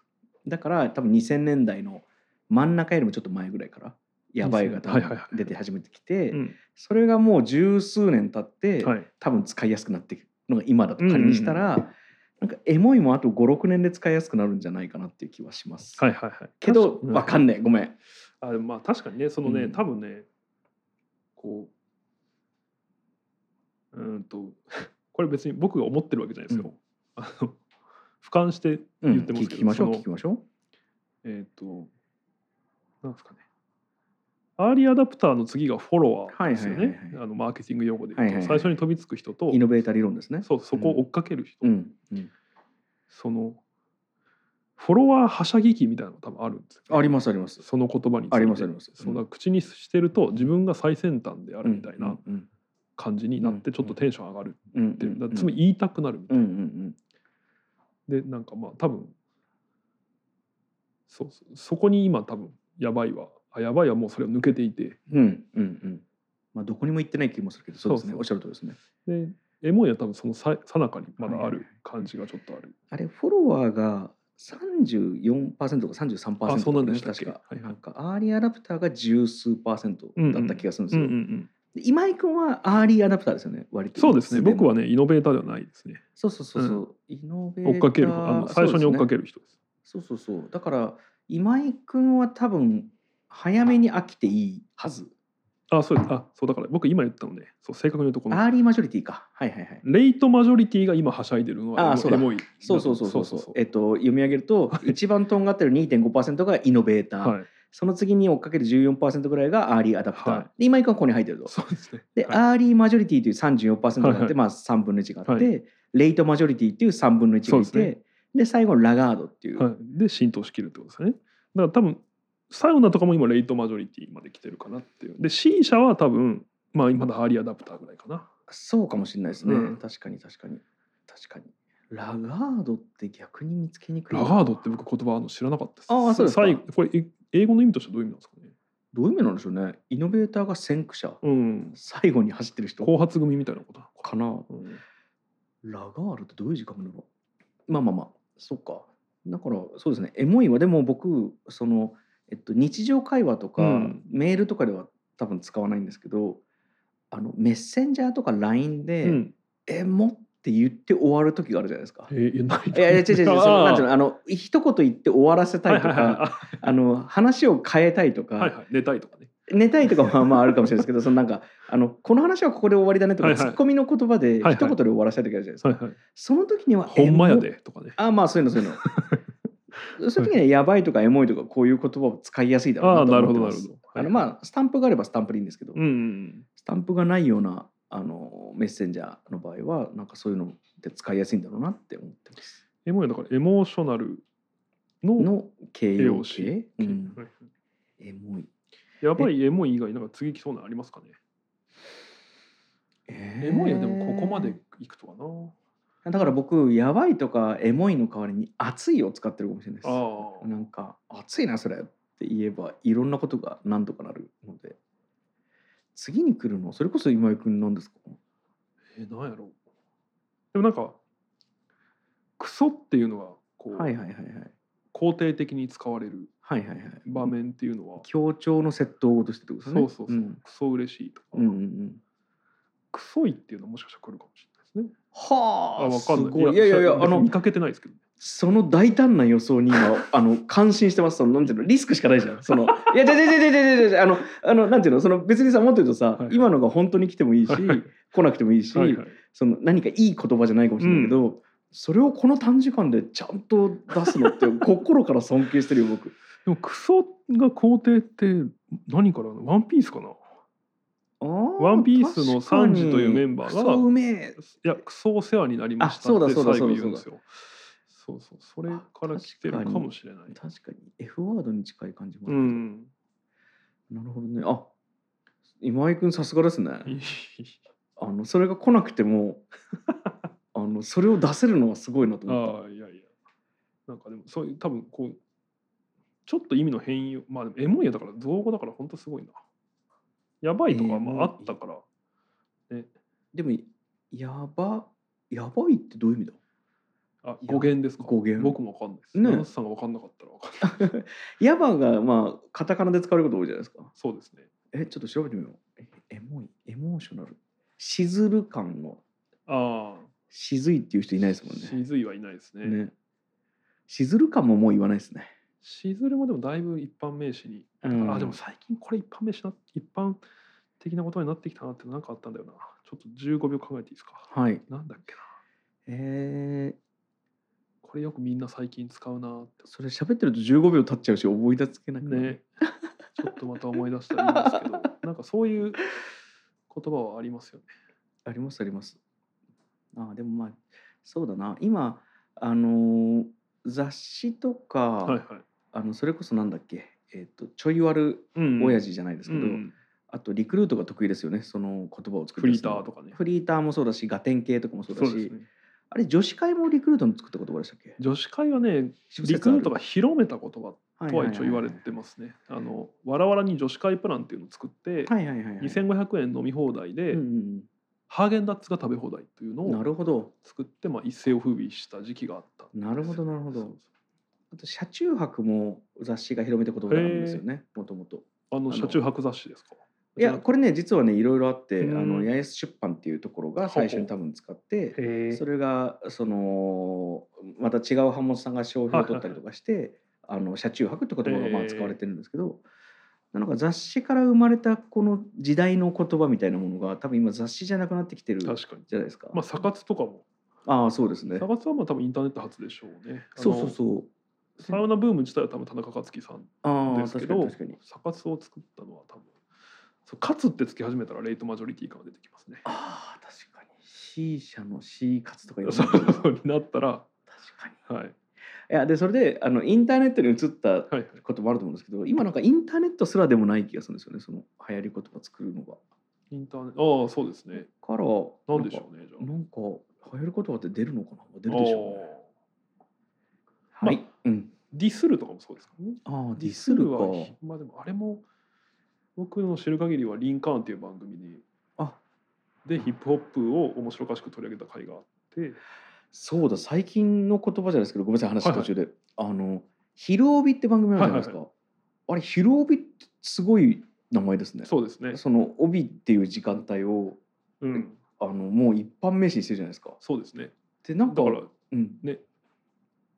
S1: だから多分2000年代の真ん中よりもちょっと前ぐらいからやばいが多
S2: はいはい
S1: 分
S2: は
S1: 出て始めてきて、
S2: うん
S1: それがもう十数年経って、
S2: はい、
S1: 多分使いやすくなっていくのが今だと仮にしたら、なんかエモいもあと56年で使いやすくなるんじゃないかなっていう気はします。
S2: はいはいはい
S1: けど
S2: うん
S1: わかんねえごめん。
S2: あでもまあ確かにねそのね、
S1: うん
S2: 多分ねこううーんと これ別に僕が思ってるわけじゃないですよ、 あの俯瞰して
S1: うん、
S2: 言ってます
S1: 聞
S2: けど
S1: きましょう
S2: その
S1: 聞きましょう。
S2: えっ、となんですかねアーリーアダプターの次がフォロワーですよ
S1: はいはい
S2: ね
S1: はいはい
S2: あのマーケティング用語で言うと、
S1: はいはいはい
S2: 最初に飛びつく人と
S1: イノベーター理論ですね。
S2: そうそこを追っかける人、
S1: うんうん、
S2: そのフォロワーはしゃぎ期みたいなのが多分あるんですよ
S1: ありますあります。
S2: その言葉について
S1: ありますあります
S2: そうだから口にしてると自分が最先端であるみたいな
S1: うん
S2: 感じになって
S1: うん
S2: ちょっとテンション上がるっ
S1: うん
S2: ていう、だからつ
S1: う
S2: ま
S1: ん
S2: り言いたくなるみた
S1: う
S2: い
S1: んう
S2: な、
S1: ん
S2: でなんかまあ多分そうそうそこに今多分やばいはあやばいはもうそれを抜けていて
S1: うんうんうんうん。まあどこにも行ってない気もするけどそうですね
S2: そうそう
S1: おっしゃるとりですね。
S2: でエモいは多分そのささなかにまだあ
S1: はいはいはい
S2: る感じがちょっとある、
S1: あれフォロワーが34%か33%とか、
S2: あ
S1: ね、
S2: そうなんでしたっけ
S1: 確か、
S2: はいは
S1: な
S2: い
S1: んかアーリーアダプターが十数パーセントだった気がするんです
S2: うん
S1: よ、
S2: うんうん、
S1: で今井君はアーリーアダプターですよね割と
S2: そうですね僕は
S1: ね
S2: ねイノベーターではないですね
S1: そうそうそうそう、イノベーター
S2: 追っかけるあの最初に追っか
S1: る
S2: ける人です
S1: そうですね,そうそうそう、だから今井君は多分早めに飽きていいはず
S2: あそうですあそうだから僕今言ったので、そう正確に言うとこの
S1: アーリーマジョリティかはいはいはい
S2: レイトマジョリティが今はしゃいでるのはエモ
S1: あそうだ
S2: エモい
S1: そうそうそうそうそう
S2: そう
S1: えっと読み上げると一番とんがってる2.5%がイノベーター、
S2: はい
S1: その次に追っかける14%ぐらいがアーリーアダプター。
S2: はい
S1: で今井君はここに入ってると。
S2: そうですね
S1: で、
S2: はい
S1: アーリーマジョリティという34%があって、
S2: はいはい
S1: まあ3分の1があって、
S2: は
S1: レイトマジョリティという3分の1がい
S2: そうで
S1: て、で最後ラガードっていう。
S2: はい、で浸透しきるってことですねだから多分サウナとかも今レイトマジョリティまで来てるかなっていうで C 社は多分まあ今だアーリーアダプターぐらいかな
S1: そうかもしれないですね。
S2: うん
S1: 確かに確かに確かに。ラガードって逆に見つけにくい
S2: ラ
S1: な。
S2: ガードって僕言葉あの知らなかったです
S1: ああそうですか
S2: 最後これえ英語の意味としてはどういう意味なんですかね
S1: どういう意味なんでしょうね。イノベーターが先駆者、
S2: うん
S1: 最後に走ってる人
S2: 後発組みたいなことなの
S1: かな。
S2: かな、
S1: ラガールってどういう字書くのまあまあまあそっかだからそうですねエモいはでも僕その、えっと、日常会話とか、
S2: うん
S1: メールとかでは多分使わないんですけどあのメッセンジャーとか LINE で、
S2: うんうん
S1: エモっって言って終わる時があるじゃないですか。
S2: えー、いやない
S1: いやいや違う違 うそのなんていう
S2: う
S1: のあの一言言って終わらせたいとかあの話を変えたいとか、
S2: はいはい寝たいとかね
S1: 寝たいとかはまああるかもしれないですけどそのなんかあのこの話はここで終わりだねとか、
S2: はいはい
S1: ツッコミの言葉で
S2: はいはい
S1: 一言で終わらせたい時あるじゃないですか、
S2: はいはい
S1: その時には
S2: ほんまや
S1: エ
S2: でとかね
S1: モあまあそういうのそういう のそういう時にはやばいとかエモいとかこういう言葉を使いやすいだろう
S2: あ
S1: な
S2: あー
S1: と
S2: なる
S1: 思
S2: ほ
S1: ってま
S2: どなる
S1: す
S2: ほど
S1: あのまあスタンプがあればスタンプでいいんですけど、
S2: うんうん
S1: スタンプがないようなあのメッセンジャーの場合はなんかそういうのって使いやすいんだろうなって思ってます。
S2: エモいだからエモーショナルの
S1: の形
S2: 形
S1: 容
S2: 容
S1: 詞、
S2: 詞
S1: うん
S2: はい
S1: エモい。
S2: やばいエモい以外なんか次来そうなのありますかね
S1: え
S2: エモいはでもここまでいくとはな
S1: だから僕やばいとかエモいの代わりに熱いを使ってるかもしれないです。
S2: あ
S1: なんか「暑いなそれ」って言えばいろんなことが何とかなるので次に来るのそれこそ今井君なんですか
S2: えー、なんやろうでもなんかクソっていうのがこう、
S1: はいはいはいはい
S2: 肯定的に使われる
S1: はいはいはい
S2: 場面っていうのは、
S1: 協調の窃盗語としてってことですね
S2: そうそうそう、
S1: ん
S2: クソ嬉しいとか、
S1: うんうんうん
S2: クソいっていうのはもしかしたら来るかもしれないですね
S1: は
S2: あ
S1: あ
S2: わかんない
S1: すごいいやいやいや
S2: 別
S1: あ
S2: に
S1: の
S2: 見かけてないですけど
S1: その大胆な予想に今 あの感心してますそのなんていうのリスクしかないじゃんそのいやじゃじゃじゃじゃじゃじゃじゃあのあのなんていうのその別にさもっと言うとさ、
S2: はい
S1: 今のが本当に来てもいいし
S2: はいはい
S1: 来なくてもいいし、
S2: はいはい
S1: その何かいい言葉じゃないかもしれないけど、それをこの短時間でちゃんと出すのって心から尊敬してるよ 僕
S2: でもクソが肯定って何からなのワンピースかな
S1: ワ
S2: ワンピースのサンジというメンバーが
S1: そううめえ
S2: いやクソお世話になりました
S1: あそう
S2: っ
S1: だ
S2: て
S1: そ
S2: 最
S1: うだ
S2: 後言うんですよそうそうそれ
S1: だ
S2: から来てるかもしれない
S1: 確かに F ワードに近い感じもあ
S2: う
S1: る、
S2: ん
S1: なるほどねあ今井君さすがですね
S2: いい
S1: あのそれが来なくて もあのそれを出せるのはすごいなと思っ
S2: ああいやいやなんかでもそういう多分こうちょっと意味の変容まあでもエモいやだから造語だから本当すごいなやばいとか
S1: エモ
S2: ま
S1: い
S2: ああったから
S1: たでもやばやばいってどういう意味だ
S2: あ語源ですか
S1: 語源
S2: 僕も分かんないです
S1: ね
S2: ナンスさんが分かんなかったら分かんない
S1: やばがまあカタカナで使われること多いじゃないですか
S2: そうですね
S1: えちょっと調べてみようえエモいエモーショナルしずる感の
S2: ああ
S1: しずいっていう人いないですもん
S2: し
S1: ね
S2: ずいはいないですね
S1: ねしずる感ももう言わないですね
S2: しずるもでもだいぶ一般名詞に、
S1: うん
S2: あでも最近これ一般名詞な一般的なことになってきたなってなんかあったんだよなちょっと15秒考えていいですか
S1: はい
S2: なんだっけな
S1: えー、
S2: これよくみんな最近使うなーって
S1: それ喋ってると15秒経っちゃうし思い出つけなくなる
S2: ねちょっとまた思い出したらいいんですけ どなんかそういう言葉はありますよね
S1: ありますあります。ああでもまあそうだな今あのー雑誌とか、
S2: はいはい
S1: あのそれこそなんだっけえっ、とちょい悪
S2: うん
S1: 親父じゃないですけど、
S2: うん
S1: あとリクルートが得意ですよねその言葉を作る
S2: フリーターとかね
S1: フリーターもそうだしガテン系とかもそうだ
S2: そう
S1: し、
S2: ですね
S1: あれ女子会もリクルートの作った言葉でしたっけ
S2: 女子会はねリクルートが広めた言葉とは一応言われてますねあのわらわらに女子会プランっていうのを作って、
S1: はいはいはいはい、
S2: 2500円飲み放題で、
S1: うんうん
S2: ハーゲンダッツが食べ放題というの
S1: うん、な
S2: を
S1: るほど
S2: 作って、まあ、一世を風靡した時期があった
S1: なるほどなるほ
S2: そう
S1: ど
S2: そ
S1: あと車中泊も雑誌が広めた言葉なんですよねもともと
S2: うあの
S1: の
S2: 車中泊雑誌ですか
S1: いやこれね実はねいろいろあってあ
S2: うん
S1: の八重洲出版っていうところが最初に多分使って
S2: へえ
S1: それがそのまた違う版元さんが商品を取ったりとかしてあの車中泊って言葉がま
S2: へ
S1: あ
S2: ー
S1: 使われてるんですけどなんか雑誌から生まれたこの時代の言葉みたいなものが多分今雑誌じゃなくなってきてるじゃ
S2: 確かに
S1: ないですか。
S2: まあ、サカツとかも、
S1: ああそうですね
S2: サ。カツはまあ多分インターネット発でしょうね。あの
S1: そうそうそう。
S2: サウナブーム自体は多分田中克樹さん
S1: あ
S2: で
S1: あ
S2: すけ
S1: 確かに
S2: ど
S1: 確かに。、
S2: サカツを作ったのは多分、そうカツってつき始めたらレイトマジョリティ感が出てきますね。
S1: ああ確かに。C 社の C 活とか言わ
S2: そ
S1: な
S2: う
S1: いと確か
S2: になったら、
S1: に。
S2: はい、はい
S1: いやでそれであのインターネットに移った
S2: はい。
S1: こともあると思うんですけど今なんかインターネットすらでもない気がするんですよねその流行り言葉作るのが。
S2: インターネット、ああ、そうですね。
S1: から
S2: なんでしょうね、じゃあ。
S1: なんかなんか流行り言葉って出るのかな出るでしょうね。
S2: あああー
S1: はい。うん。
S2: ディスるとかもそうですからね。
S1: ああディスルか。
S2: は、まあでもあれも、僕の知る限りはリンカーンっていう番組に、
S1: あ
S2: で、ヒップホップを面白おかしく取り上げた回があって、
S1: そうだ最近の言葉じゃないですけどごめんなさい話
S2: はいは
S1: 途
S2: い
S1: 中で、あの昼帯って番組あるじゃないですか。あれ昼帯ってすごい名前ですね。
S2: そうですね。
S1: その帯っていう時間帯を
S2: うん。
S1: あのもう一般名詞にしてるじゃないですか。
S2: そうですね
S1: でなんか
S2: だから
S1: うん、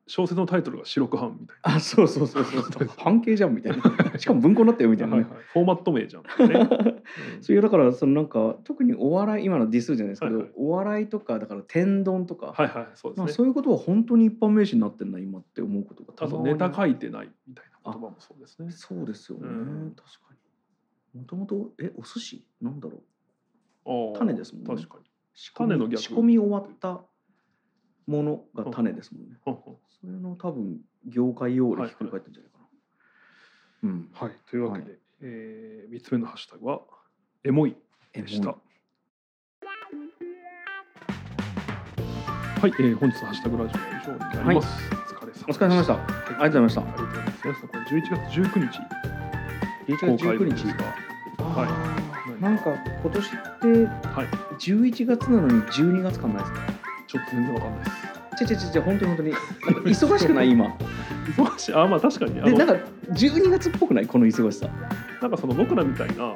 S2: 小説のタイトルが「白く版」みたい
S1: あそうそうそう そうそう半径じゃんみたいなしかも文庫になったよみた
S2: ない
S1: な
S2: は
S1: ね、
S2: いはいフォーマット名じゃん、 ねうん
S1: そういうだからそのなんか特にお笑い今のディスじゃないですけど、
S2: はいはい
S1: お笑いとかだから天丼とか、
S2: はいはいそう
S1: まあ、
S2: です
S1: そ
S2: ね
S1: ういうことは本当に一般名詞になってんな今って思うことが
S2: あと
S1: まに
S2: ネタ書いてないみたいな言葉もそうですね
S1: そうですよね、
S2: うん
S1: 確かにもともとえお寿司なんだろう
S2: あー
S1: 種ですもんね
S2: 確かに
S1: 仕込み
S2: 種の逆
S1: 仕込み終わったものが種ですもんね、
S2: はんはん
S1: それの多分業界用語でひっくり返ったんじゃないかな、うん
S2: はいというわけで、え3つ目のハッシュタグは「エモい」
S1: え
S2: でした。はい、えー、本日のハッシュタグラジオは以上になります。
S1: お疲れ様でした
S2: は
S1: ありがとうございま
S2: ありがとうございました。これ11月19日
S1: した
S2: 公
S1: 11月19
S2: 開分です
S1: 日
S2: が、は
S1: はいなんか今年って
S2: はい
S1: 11月なのに12月感ないですか
S2: い、ちょっと全然わかんないです。
S1: ちゃちゃちゃちゃ本当に本当になん か忙しくない今
S2: 忙しい、あ、まあ確かに、あ
S1: で
S2: の
S1: な
S2: なんん
S1: か
S2: か
S1: 12月っぽくないこの忙しさ
S2: その僕らみたいな、
S1: うん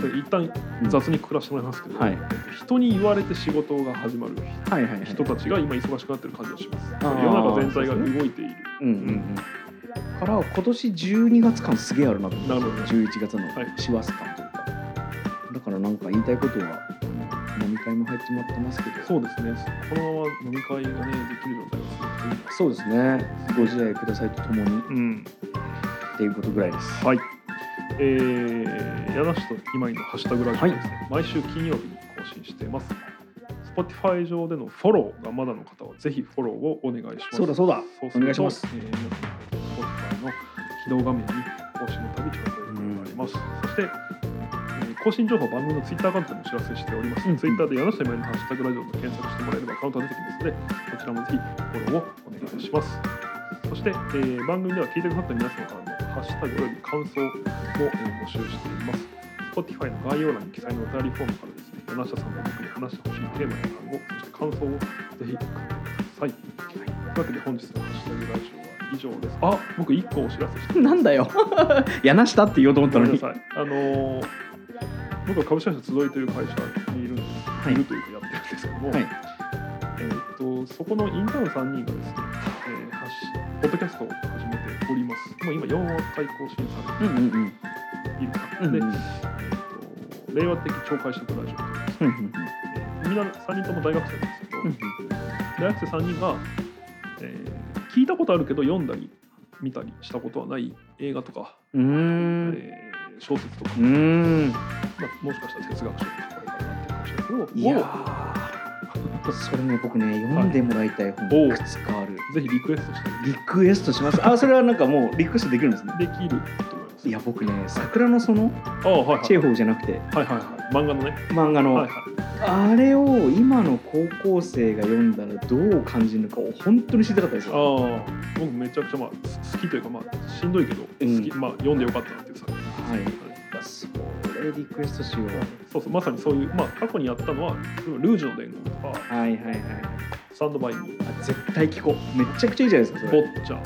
S2: それ一旦
S1: うん
S2: 雑に暮らしてもらいますけど、
S1: はい
S2: えっと人に言われて仕事が始まる
S1: はいはいはい
S2: 人たちが今忙しくなってる感じがします。
S1: あー
S2: 世の中全体が動いている。
S1: うんうんうんから今年12月感すげえあるなと思って
S2: なるほど
S1: 11月の
S2: はい
S1: 師走感というか、だからなんか言いたいことはあの飲み会も始まってますけど
S2: そうですね。このまま飲み会がねできる状態が続くといいな
S1: そうですねご自愛くださいとともに
S2: うん、
S1: っていうことぐらいです
S2: はい。えー、柳氏と今井のハッシュタグラジオですね、毎週金曜日に更新しています。Spotify 上でのフォローがまだの方は、ぜひフォローをお願いします。
S1: そうだそうだ
S2: そうすると
S1: お願いします
S2: えー皆さんの Spotify の起動画面に更新のたび近づいてまいります。そして、えー更新情報は番組の Twitter アカウントでもお知らせしております。
S1: うん
S2: Twitter で柳下今井のハッシュタグラジオと検索してもらえればアカウントが出てきますので、こちらもぜひフォローをお願いします。そして、えー番組では聞いてくださった皆様からのハッシュタグおよび感想も、えー募集しています。Spotify の概要欄に記載のお便りフォームからですね、柳下さんが僕に話してほしいテーマや単語、そして感想をぜひ送ってください。というわけで本日のハッシュタグラジオは以上です。あ、僕1個お知らせし て
S1: なんだよ 柳下って言おうと思った
S2: ご
S1: の
S2: めんな
S1: に
S2: さい。あのー僕は株式会社集いという会社にいるんです
S1: はい
S2: いるというかやってるんですけども、
S1: はい
S2: えーっとそこのインターン3人がですね、えー発しポッドキャストを始めております。もう今4回更新さ
S1: うんうんうん
S2: れているか
S1: う
S2: で、
S1: んうん
S2: えーっと令和的超会社とラジオというです
S1: うん
S2: ね、
S1: うんうん
S2: えーみんな3人とも大学生なんですけど、
S1: うん
S2: 大学生3人が、えー聞いたことあるけど読んだり見たりしたことはない映画とか、
S1: うーん
S2: えー小説とか
S1: う、ーん
S2: まあ、もしかしたら哲学書とかこれからなってるかもしれないけ
S1: い
S2: ど
S1: やーそれね僕ね読んでもらいたい本
S2: おう
S1: いくつかある
S2: をぜひリクエストして
S1: リクエストしますあそれはなんかもうリクエストできるんですね
S2: できると思います。
S1: いや僕ね桜の園
S2: ああはいはい、
S1: チェーホフじゃなくて
S2: はいはいはい漫画のね、
S1: 漫画の、
S2: はいはい、
S1: あれを今の高校生が読んだらどう感じるのかを本当に知りたかったですよ
S2: ああ僕めちゃくちゃまあす好きというかまあしんどいけど好き、
S1: うん
S2: まあ読んでよかったなっていう作品
S1: はいそれリクエストしよう
S2: そうそうまさにそういうまあ過去にやったのはルージュの伝言とか
S1: はいはいはい
S2: サンドバイミー
S1: あ絶対聞こうめちゃくちゃいいじゃないですかそ
S2: ボ
S1: れ
S2: ッチャ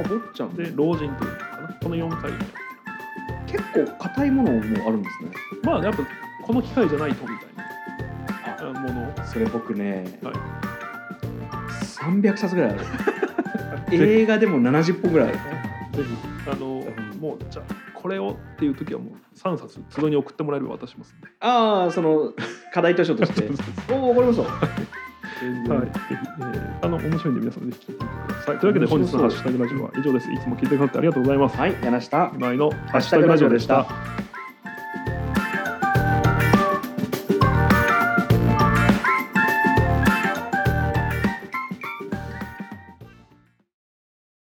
S1: あ坊っちゃん
S2: で老人というのかなこの4回をやって
S1: 結構硬いものもあるんですね
S2: るまあやっぱこの機会じゃないとみたいなあものを
S1: それ僕ね、
S2: はい
S1: 300冊ぐらいあ る映画でも70本ぐらいある
S2: ぜひあの、
S1: うん
S2: もうじゃあこれをっていう時はもう3冊集いに送ってもらえれば渡しますんで
S1: ああその課題図書と しておお分かりました全然
S2: はい、ぜひ、えーあの面白いんで皆さんぜひ聞いてみてください。というわけで本日のハッシュタグラジオは以上です。いつも聞いてくださってありがとうございます。
S1: はい、柳下。
S2: 今井のハ
S1: ハッシュタグラジオでした。